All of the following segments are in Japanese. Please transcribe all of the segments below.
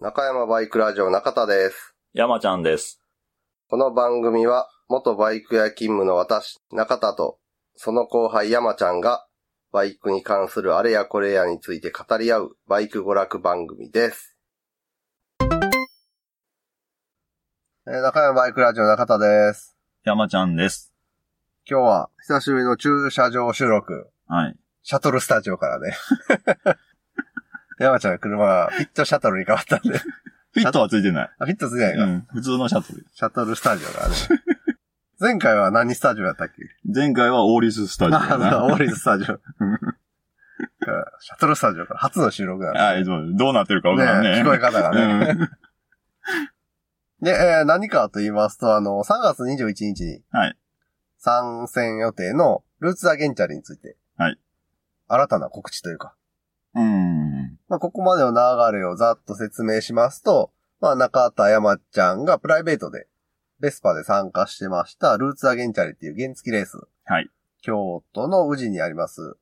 中山バイクラジオ中田です。山ちゃんです。この番組は、元バイク屋勤務の私、中田と、その後輩山ちゃんが、バイクに関するあれやこれやについて語り合う、バイク娯楽番組です。えー中山バイクラジオ中田です。山ちゃんです。今日は、久しぶりの駐車場収録、はい。シャトルスタジオからね。山ちゃんの車がフィットシャトルに変わったんで、フィットはついてない。あフィットすぎないか、うん。普通のシャトル。シャトルスタジオがね。前回は何スタジオやったっけ前回はオーリススタジオあだな。そうオーリーズスタジオ。からシャトルスタジオから初の収録だね。はい、そうどうなってるかわからんね。ね聞こえ方がね。うんで、えー何かと言いますと、あの、3月21日に、はい参戦予定のルーツ・アゲンチャリについて、はい新たな告知というか、うん。まあ、ここまでの流れをざっと説明しますと、まあ、中田山ちゃんがプライベートで、ベスパで参加してました、ルーツアゲンチャリっていう原付レース。はい京都の宇治にあります、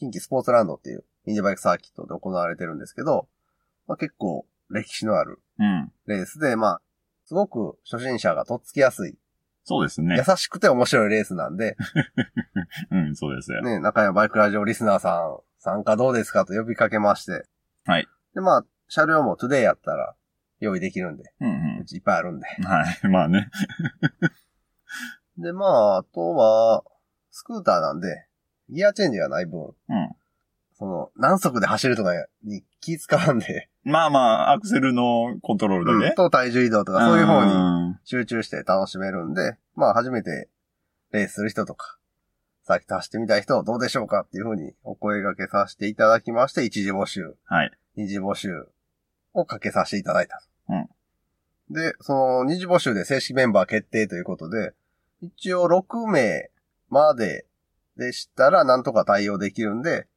近畿スポーツランドっていうミニバイクサーキットで行われてるんですけど、まあ、結構歴史のあるうん。レースで、まあ、すごく初心者がとっつきやすい、そうです優ね。しくて面白いレースなんで、うん、そうですよ。ね、中山バイクラジオリスナーさん、参加どうですかと呼びかけまして。はい。で、まあ、車両もトゥデイやったら用意できるんで、うん、うちいっぱいあるんで。うん。はい、まあね。で、まあ、あとは、スクーターなんで、ギアチェンジがない分、うん。その、何速で走るとかに気使わんで、まあまあ、アクセルのコントロールだうんね。と体重移動とかそういう方にに。集中して楽しめるんで、まあ、初めてレースする人とか、さっき走ってみたい人どうでしょうかっていう風にお声掛けさせていただきまして、一時募集。はい。二次募集をかけさせていただいた。うんで、その二次募集で正式メンバー決定ということで、一応6名まででしたらなんとか対応できるんで、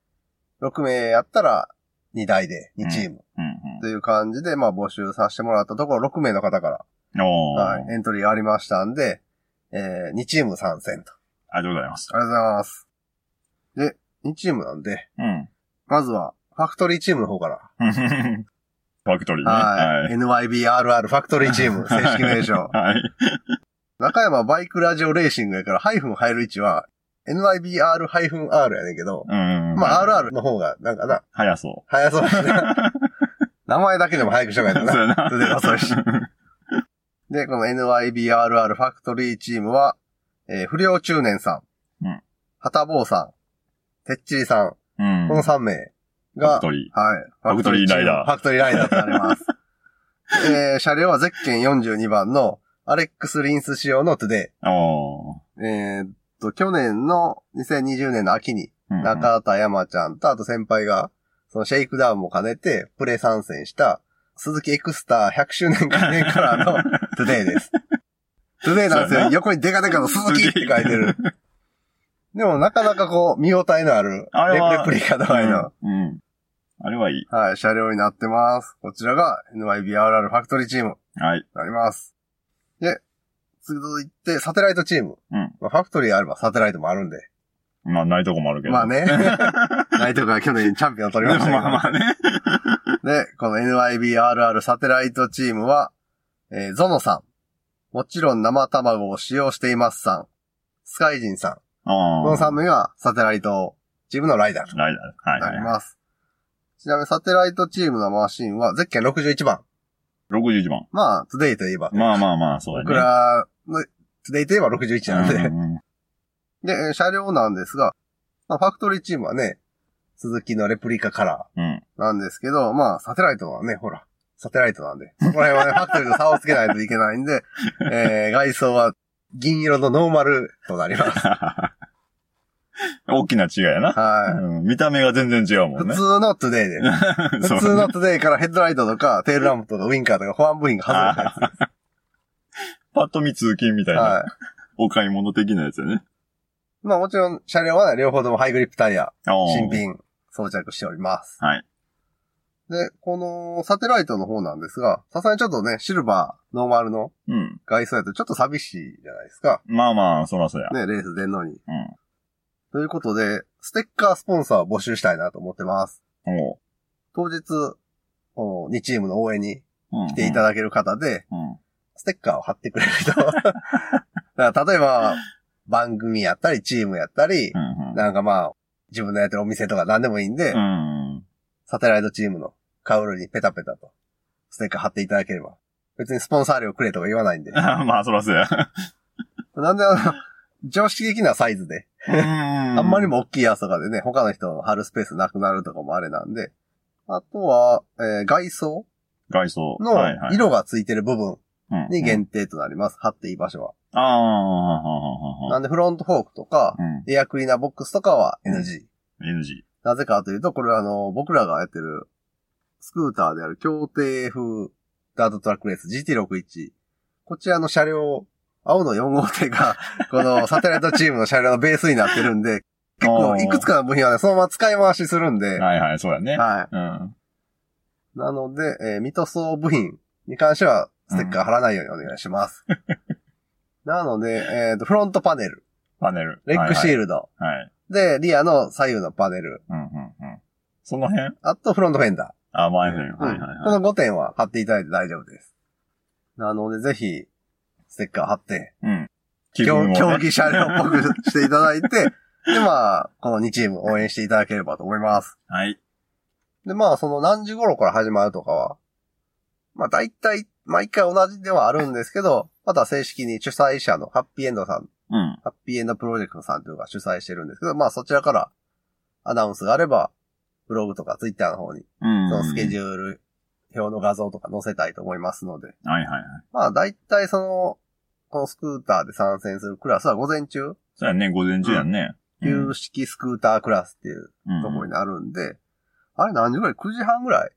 6名やったら2台で2チームうん、という感じで、まあ募集させてもらったところ6名の方から、うん。おー。はい、エントリーがありましたんで、え2チーム参戦と。ありがとうございます。ありがとうございます。で、2チームなんで、うん。 まずはファクトリーチームの方からファクトリーね。はい。はい。。NYBRR ファクトリーチーム、正式名称 はい。中山バイクラジオレーシングやから、ハイフン入る位置は、NYBR-R やねんけど、うん。まあ、RR の方が、なんかな、速そ早そうやう。な名前だけでも早くしとかやと そな。うやな。それで遅いしで、この NYBRR ファクトリーチームは、えー不良中年さん、うんはたぼうさん、てっちりさん、うん。この3名ファがク、トリー。はい。ファクトリーライダーファクトリーライダーとなります。 えー、車両はゼッケン42番のアレックス・リンス仕様のトゥデおーイ。えーっと、去年の2020年の秋に、うんうん。中田山ちゃんと、あと先輩が、そのシェイクダウンも兼ねて、プレ参戦した、鈴木エクスター100周年記念カラーのトゥデイです。トゥデイなんですそうやよ。な横にデカデカの鈴木って書いてる。でもなかなかこう、見応えのある、あれレはレプリカ度合いの、うん。うん。あれはいい。はい、車両になってます。こちらが NYBRR ファクトリーチームはい。になります。で、続いて、サテライトチーム。うんまあ、ファクトリーあればサテライトもあるんで。まあ、ないとこもあるけど。ま あ。ね。内藤が去年チャンピオンを取りまましたけど。あまあ ね。で、この NYBRR サテライトチームは、えーゾノさん。もちろん生卵を使用していますさん。スカイジンさん。このあ3名がサテライトチームのライダーとあ。ライダー。はいなはいりはい。ます。ちなみにサテライトチームのマシンは、ゼッケン61番。 61番。まあ、トゥデイといえば。まあまあまあ、そうやね。僕らの、トゥデイといえば61なんで。うんうんうんで、えー車両なんですが、まあ、ファクトリーチームはね、鈴木のレプリカカラうん。ーなんですけど、まあ、サテライトはね、ほら、サテライトなんで、そこら 辺はね、ファクトリーと差をつけないといけないんで、えー外装は銀色のノーマルとなります。 大きな違いやな。はうん見た目が全然違うい。もん普ね。通のトゥデイ で、普普通のトゥデイからヘッドライトとか、テールランプとか、ウィンカーとか、保安部品が外れたやパッと見通勤みたつ。いな。はい。お買い物的なやつやね。まあもちろん、車両はね、両方ともハイグリップタイヤ、あー新。品装着しております。はい。で、このサテライトの方なんですが、さすがにちょっとね、シルバー、ノーマルのうん。外装やとちょっと寂しいじゃないですか。まあまあ、そらそや。ね、レース出んのに。うん。ということで、ステッカースポンサーを募集したいなと思ってます。おう当日、この2チームの応援にうん。来ていただける方で、うん。うん。ステッカーを貼ってくれる 人。だから例えば、番組やったり、チームやったりう、ん。なんかまあ、自分のやってるお店とか何でもいいんで、うん。。サテライトチームのカウルにペタペタと、ステッカー貼っていただければ。別にスポンサー料くれとか言わないんで まあ、そら そうや。なんであの、常識的なサイズで、ああんまり。も大きいやつとかでね、他の人の貼るスペースなくなるとかもあれなんで、あとは、えー外装外装のはいはい色がついてる部分うんに限定となります。貼っていい場所は。ああ、なんでフロントフォークとか、うん。エアクリーナーボックスとかは NG。 NG。なぜかというと、これはあの、僕らがやってるスクーターである協定風ダートトラックレース GT61。こちらの車両、青の4号艇が、 このサテライトチームの車両のベースになってるん で、結構いくつかの部品はね、そのまま使い回しするんで、はいはい、そうやね。はうん。い。なので、えー未塗装部品に関しては、ステッカー貼らないようにお願いし ます。なので、えっ、と、フロントパネル、パネル。レックシル。ールド、はい。で、リアの左右のパネル、うんうんうん。その辺あとフロントフェンダー。あ、前辺。はいはいこはい。の5点は貼っていただいて大丈夫です。なので、ぜひ、ステッカー貼って、うん。気競分をね競技車両っぽくしていただいて、 で、まあ、この2チーム応援していただければと思います。はい。で、まあ、その何時頃から始まるとかは、まあ、大体、毎回同じではあるんですけど、また正式に主催者のハッピーエンドさん、うん。ハッピーエンドプロジェクトさんというのが主催してるんですけど、まあ、そちらからアナウンスがあれば、ブログとかツイッターの方に、うん。そのスケジューュール表の画像とか載せたいと思いますので、ル。はいはいはい。まあ、大体その、このスクーターで参戦するクラスは午前中、そうやね、午前中やんね。うん旧式スクータークラスっていうところになるんで、あれ何時ぐらい ?9 時半ぐらい、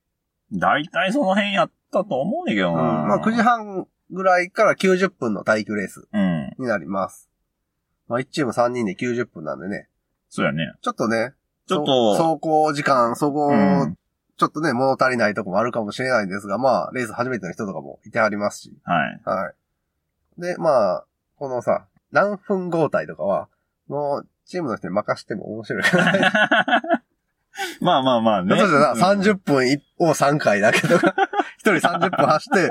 大体その辺やったと思うねんだけどうん、な。まあ9時半ぐらいから90分の耐久レースうん。になります。まあ1チーム3人で90分なんでね、そうやね。ちょっとね、ちょっそうと、走行時間、そこ、うんちょっとね、物足りないとこもあるかもしれないんですが、まあ、レース初めての人とかもいてはりますし、はい。はい。で、まあ、このさ、何分交代とかは、もう、チームの人に任しても面白いから ね。まあまあまあね。例えばな、うん30分いを3回だけと か、1人30分走って、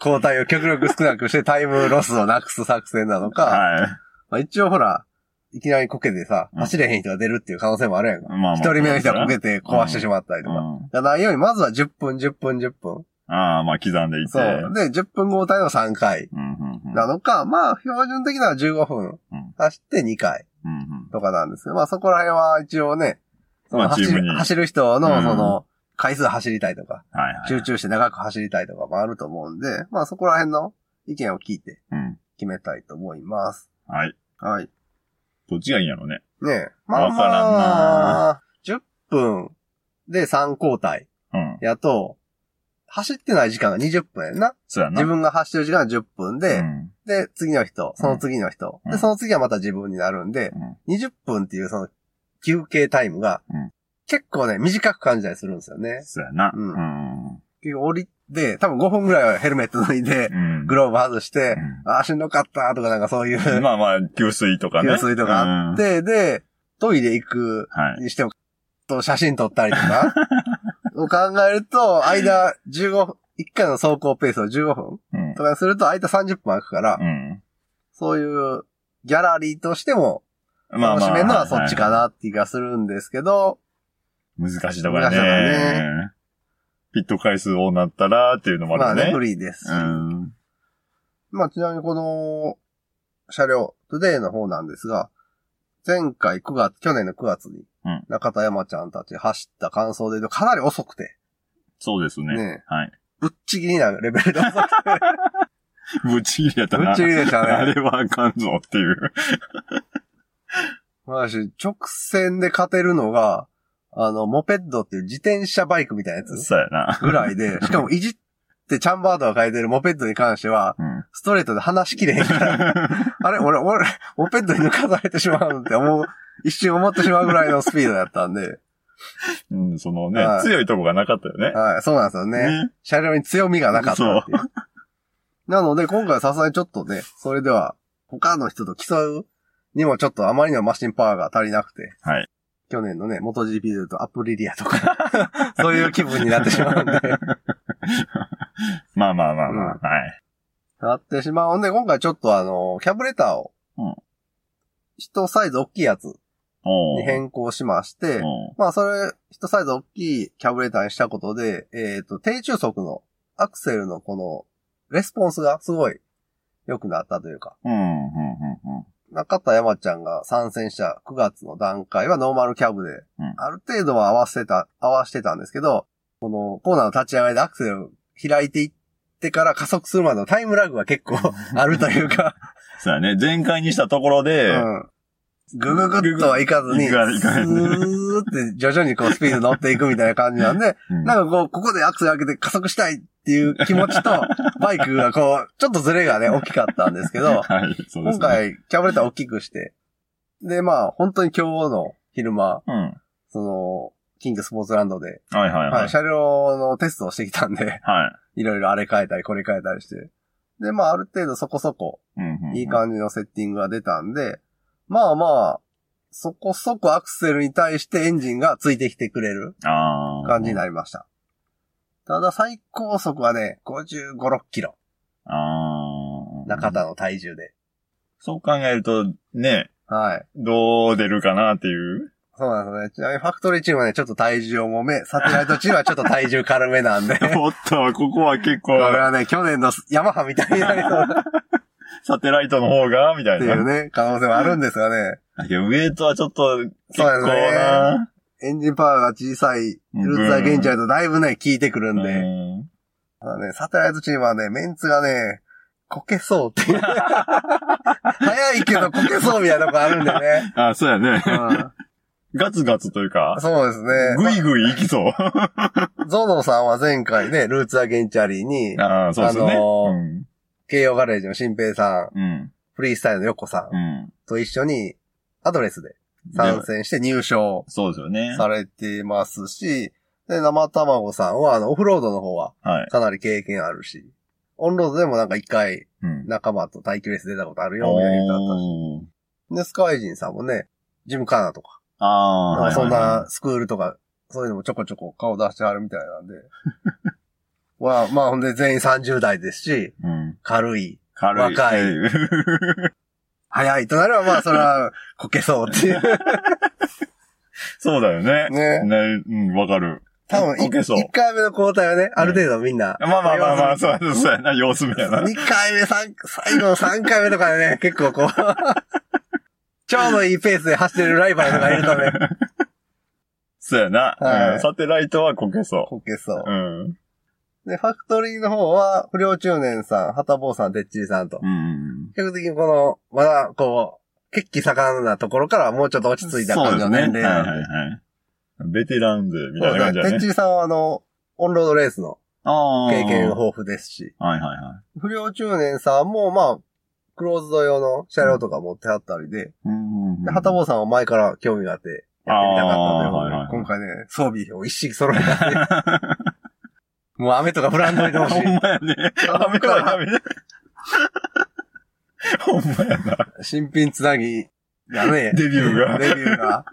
交代を極力少なくしてタイムロスをなくす作戦なのか、はい。まあ、一応ほら、いきなりこけてさ、うん走れへん人が出るっていう可能性もあるやんか。まあまあ。一人目の人がこけて壊してしまったりとうか。んじゃないように、まずは10分、10分、10分。ああ、まあ刻んでいって。そう。で、10分交代の3回うんうんうんなのか、まあ、標準的な15分うん走って2回。うんうんとかなんですけど、まあそこら辺は一応ね、そのまあチ走ームるに。はい走る人のうんその回数走りたいとか、はい。集中して長く走りたいとかもあると思うんで、まあそこら辺の意見を聞いてうん。決めたいと思います。はい。はい。どっちがいいんやろうね。ねえ。まあわからんまあな、 10分で3交代うん。やと、走ってない時間が20分やんな。そうやな。自分が走ってる時間が10分で、うんで、次の人、その次の人、うんで、その次はまた自分になるんで、うん20分っていうその休憩タイムがうん、結構ね、短く感じたりするんですよね。そうやな。ううんん。結構降りて、多分5分ぐらいはヘルメット脱いで、うん。グローブ外して、うあー、しんどかったとかなんかそういんう、まあまあ、給水とかね。給水とかあっうん。て、で、トイレ行くはい。にしても、と写真撮ったりと か、を考えると、間15分、1回の走行ペースを15分うんとかにすると、間30分空くからう、ん。そういうギャラリーとしてもまあ楽ましあ。めるのはそっちかいなっていう気がするんですけど、難しいところ難しいとこややね。ピット回数多なったらっていうのもまああるね、よフね。リーですし。うん。まあちなみにこの車両、トゥデイの方なんですが、前回9月、去年の9月にうん、中田山ちゃんたち走った感想で言うとかなり遅くて、そうですね。ね、はい。ぶっちぎりなレベルで遅くて、ぶっちぎりやっ たぶっなち。ぎりでしたあね。れはあかんぞっていう。私、直線で勝てるのが、あの、モペッドっていう自転車バイクみたいなやつそうやな。ぐらい で、しかもいじってチャンバードが変えてるモペッドに関しては、うん。ストレートで話しきれへんから、 あれ俺、俺、モペットに抜かされてしまうんって思う、一瞬思ってしまうぐらいのスピードだったんで、うん、そのねはい、強いとこがなかったよね。はい、そうなんですよね。ね。車両に強みがなかったっていう。なので、今回はさすがにちょっとね、それでは、他の人と競うにもちょっとあまりにもマシンパワーが足りなくて、はい去年のね、元 GP で言う とアプリリアとか、そういう気分になってしまうんで、うまあまあまあまあ、うんはい。なってしまうんで、今回ちょっとあの、キャブレターをうん、一サイズ大きいやつおに変更しまして、おまあそれ、一サイズ大きいキャブレターにしたことで、えっ、と、低中速のアクセルのこの、レスポンスがすごい良くなったというか、うん、うん、うん、うん。中田山ちゃんが参戦した9月の段階はノーマルキャブでうん、ある程度は合わせた、合わしてたんですけど、このコーナーの立ち上がりでアクセルを開いていってから加速するまでのタイムラグが結構 あるというか、そうやね。全開にしたところうで、ん。ぐぐぐっとはいかずに、いスかいかないーって徐々にこうスピード乗っていくみたいな感じなんで、うんなんかこう、ここでアクセル開けて加速したいっていう気持ち と、バイクがこう、ちょっとズレがね、大きかったんですけど、 はい、そうで今すね。回、キャブレター大きくして。で、まあ、本当に今日の昼間、うん。はその、キングスポーツランドで、いはいは、はいい。車両のテストをしてきたんで、 はいろいろあれ変えたり、これ変えたりして。で、まあ、ある程度そこそこ、い。うんうんいい感じのセッティングが出たんで、まあまあ、そこそこアクセルに対してエンジンがついてきてくれるあー感じになりました。ただ、最高速はね、55、6キロ。あー中田の体重で。そう考えると、ね、はい。どう出るかなっ ていう。そうなんですね。ちなみにファクトリーチームはね、ちょっと体重重め、サテライトチームはちょっと体重軽めなん で。こおっと、ここは結構れ、はね、去年のヤマハみたいになりそうだっサテライトの方が、みたいていうな。ね、可能性はあるんですがね。いや、ウェイトはちょっと、結構そうですな。エンジンパワーが小さい、ルーツアゲンチャーとだいぶね、効いてくるんで。うんただね、サテライトチームはね、メンツがね、こけそうって いう。早いけどこけそうみたいなとこあるんでね。あ、そうやね。うガツガツというかん、、そうですね。ぐいぐい行きそう。ゾノさんは前回ね、ルーツアゲンチャリーに、 ああ、そうですよね。あのーうん慶応ガレージの新平さん、うん。フリースタイルの横さん、うん。と一緒にアドレスで参戦して入賞そうですよね。されてますし、で、生卵さんは、あの、オフロードの方ははい。かなり経験あるし、オンロードでもなんか一回うん。仲間と耐久レース出たことあるよ、みたいな言っておーたし。で、スカイジンさんもね、ジムカーナとか、ああ、なんかそんはいはいなはスクールとか、そういうのもちょこちょこ顔出してはるみたいなんで。 は、まあほんで全員30代ですし、い。うん。軽い、軽い。若いうん早いとなればまあそれはこけそうって いう。 そうだよね。ね。ね、うん、わかる。多分、こけそう1回目の交代はね、ある程度みんな。まあまあまあまあ、様子そうやそうやな、様子みたいな。見2回目、三最後の3回目とかでね、 結構こう、ちょう どいいペースで走ってるライバルがいるため、そうやな。はいうんサテライトはこけそこけそうう。うん。うんで、ファクトリーの方は、不良中年さん、はたぼうさん、てっちりさんとう。ん。比較的にこの、まだ、こう、血気盛んなところからもうちょっと落ち着いた感じの年齢そうですねはいなはいんで。はい。ベテラン勢みたそいうですねな感じだてっねち。りさんはあの、オンロードレースのああ。経験豊富ですし、はいはいはい。不良中年さんも、まあ、クローズド用の車両とか持ってはったりで、うんうんうで、んはた ぼうさんは前から興味があって、やってみたかったということで、あーはいはい今回ね、装備を一式揃えたんでもう雨とか降らんといてほし ほんい。まやね。雨は雨ね。ほんまやな。新品つなぎがね、デビューがデビューが。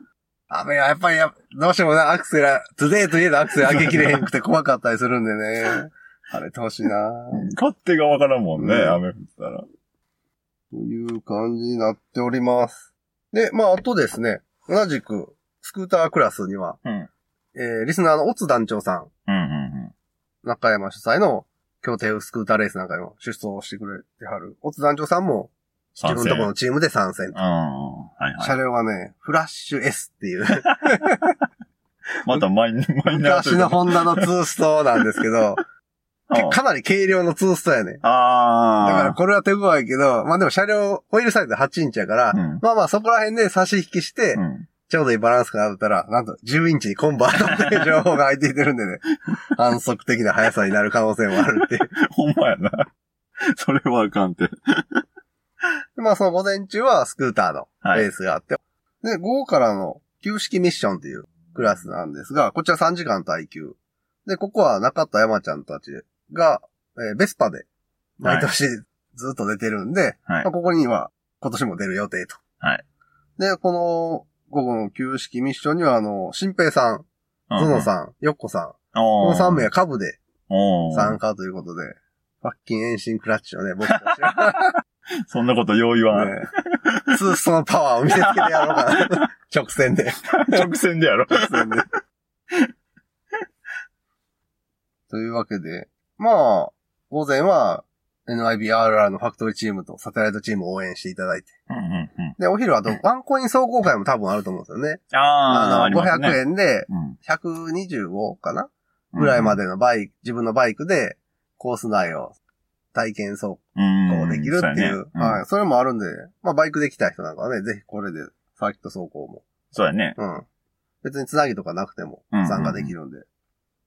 雨はやっぱりや、どうしてもね、アクセラ、トゥデイといえどアクセラ上げきれへんくて怖かったりするんでね。 晴れてほしいな勝手がわからんもんね、うん雨降ったら。という感じになっております。で、まあ、あとですね、同じく、スクータークラスには、うんえー、リスナーのオツ団長さん、うんうん中山主催の協定スクーターレースなんかにも出走してくれてはる。オツ団長さんも自分のところのチームで参戦。うん。はいは車両はね、フラッシュ S って いう、い。またマイマイナーと昔いうのか。ホンダのツーストなんですけど、けかなり軽量のツーストやね。だああ。からこれは手強いけど、まあでも車両、ホイールサイズ8インチやから、うんまあまあそこら辺で差し引きして、うんちょうどいいバランスがあったら、なんと10インチにコンバートっていう情報が入っていてるんで ね、反則的な速さになる可能性もあるっていうほんまやな。 それはあかんて。でまあその午前中はスクーターのはいレースがあって、で、午後からの旧式ミッションというクラスなんですが、こちら3時間耐久。で、ここは中田山ちゃんたちが、えーベスパで毎年ずっと出てるんで、まはいあ、ここには今年も出る予定と。はいで、この午後の旧式ミッションには、あの、新平さん、うんゾノさん、ヨッコさん、うん。こおの3名は株でお参加ということで、ファッキン遠心クラッチをね、僕たちは、そんなことよう言わ ん。ね、ツ ーストのパワーを見せつけてやろうかな。 直線で。直線でやろ。直線で。 というわけで、まあ、午前は NIBRR のファクトリーチームとサテライトチームを応援していただいて。うんうんうで、お昼はどワンコイン総合会も多分あると思うんですよね。ん。ああ、ありますね。 500円でうん125かなぐらいまでのバイク、自分のバイクでコース内を体験走行できるっていう。はい。それもあるんで、まあバイクできた人なんかはね、ぜひこれでサーキット走行も。そうやね。うん。別につなぎとかなくてもうんうんうん参加できるんで。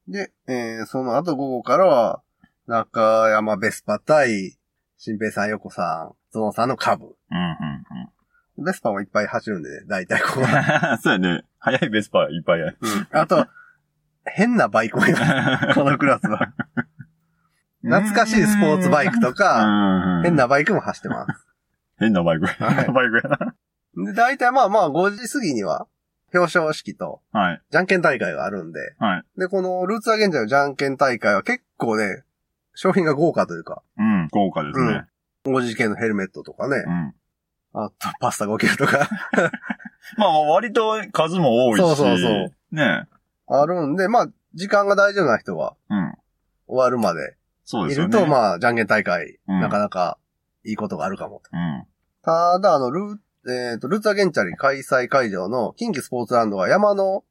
で、えー、その後午後からは、中山ベスパ対、新平さん、横さん、ゾノさんの株。うん うんベスパもいっぱい走るんでね、大体こう。 うん。そうやね。早いベスパーいっぱいや。あと、変なバイクもい ます。 このクラスは。懐かしいスポーツバイクとか、か変。なバイクも走ってます。変なバイク。変いなバイクやな。で、大体まあまあ5時過ぎには、表彰式と、はい。じゃんけん大会があるんで、はい。で、このルーツアゲンジャーのじゃんけん大会は結構ね、商品が豪華というか、うん、豪華ですね。 5時件のヘルメットとかねう、ん。あとパスタ5キロとか まあ、割と数も多いし。そうそうそう。ねあるんで、まあ、時間が大丈夫な人はうん。終わるまでそうでいすよるね。と、まあ、じゃんけん大会、うんなかなかいいことがあるかもと。うん。ただ、あの、ルー、えっ、と、ルーツアゲンチャリ開催会場の近畿スポーツランドは山の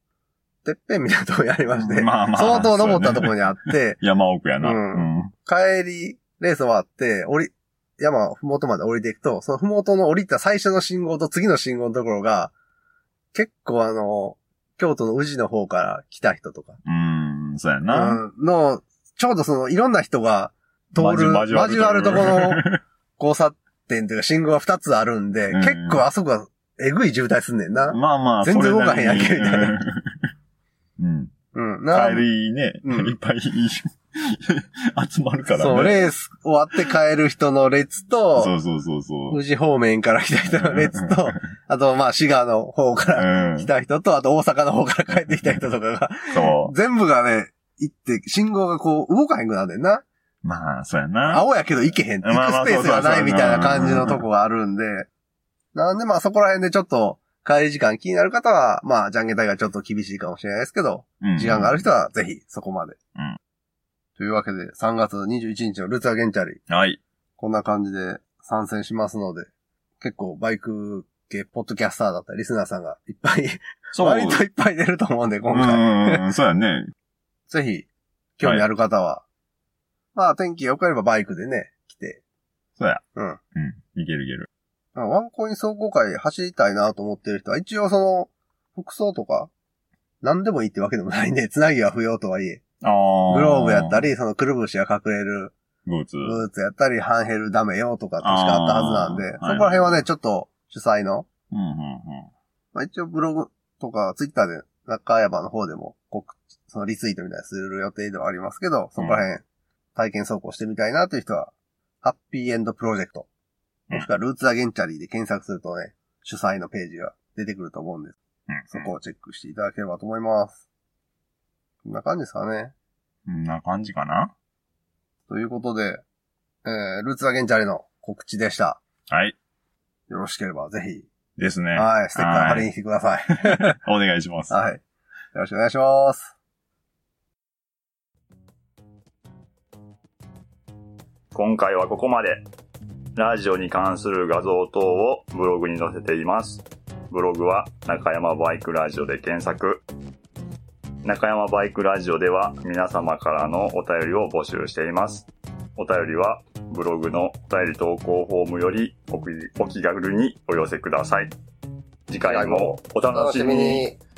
てっぺんみたいなところにありまして、まあまあ相当登ったところにあって、山奥やな。ううんん。帰り、レース終わって、降り、山、ふもとまで降りていくと、そのふもとの降りた最初の信号と次の信号のところが、結構あの、京都の宇治の方から来た人とか、うん、そうやな。うん、の、ちょうどその、いろんな人が通る、交わる交わるところの 交差点というか信号が2つあるんで、うん結構あそこはえぐい渋滞すんねんな。まあまあ、全然動かへんやんけそれなりにみ。うん。うん。な帰りね、うんいっぱい集まるからね。そう、レース終わって帰る人の列と、そうそうそうそう。宇治方面から来た人の列と、あと、まあ、滋賀の方からう ん来。た人と、あと大阪の方から帰ってきた人とかが、そ全部がね、行って、信号がこう、動かへんくなるんな。う。まあ、そうやな。青やけど行けへん。まあまあ行くスペースがないみたいな感じのとこがあるんで、なんでまあ、そこら辺でちょっと、帰り時間気になる方は、まあ、じゃんけん大会ちょっと厳しいかもしれないですけど、時間がある人はぜひそこまで。うんというわけで、3月21日のルーツアゲンチャリ、人。はい。こんな感じで参戦しますので、結構バイク系、ポッドキャスターだったりリスナーさんがいっぱい、そう。割といっぱい出ると思うんで、今回。うんうん、そうやね。ぜひ、興味ある方は、まあ天気良ければバイクでね、来て、そうや。うん。うん。いけるいける。まあワンコイン走行会走りたいなと思ってる人は、一応その、服装とか、何でもいいってわけでもないんで、つなぎは不要とはいえ、ああ。グローブやったり。り、そのくるぶしが隠れるブーツ。ブーツやったり、ハンヘルダメよとか確かあったはずなんで、そあーこら辺はね、ちょっと主催のうんうんうん。まあ、一応ブログとかツイッターで中山の方でも告知、そのリツイートみたいにする予定ではありますけど、そこら辺体験走行してみたいなという人は、ハッピーエンドプロジェクト、もしくはルーツアゲンチャリーで検索するとね、主催のページが出てくると思うんです。うんそこをチェックしていただければと思います。こんな感じですかね。こんな感じかなということで、えー、ルーツアゲンチャリーの告知でした。はい。よろしければぜひ、ですね。はい、ステッカー貼りに来てください。お願いします。はい。よろしくお願いします。今回はここまで。ラジオに関する画像等をブログに載せています。ブログは中山バイクラジオで検索。中山バイクラジオでは皆様からのお便りを募集しています。お便りはブログのお便り投稿フォームよりお気お気軽にお寄せください。次回もお楽しみに。に。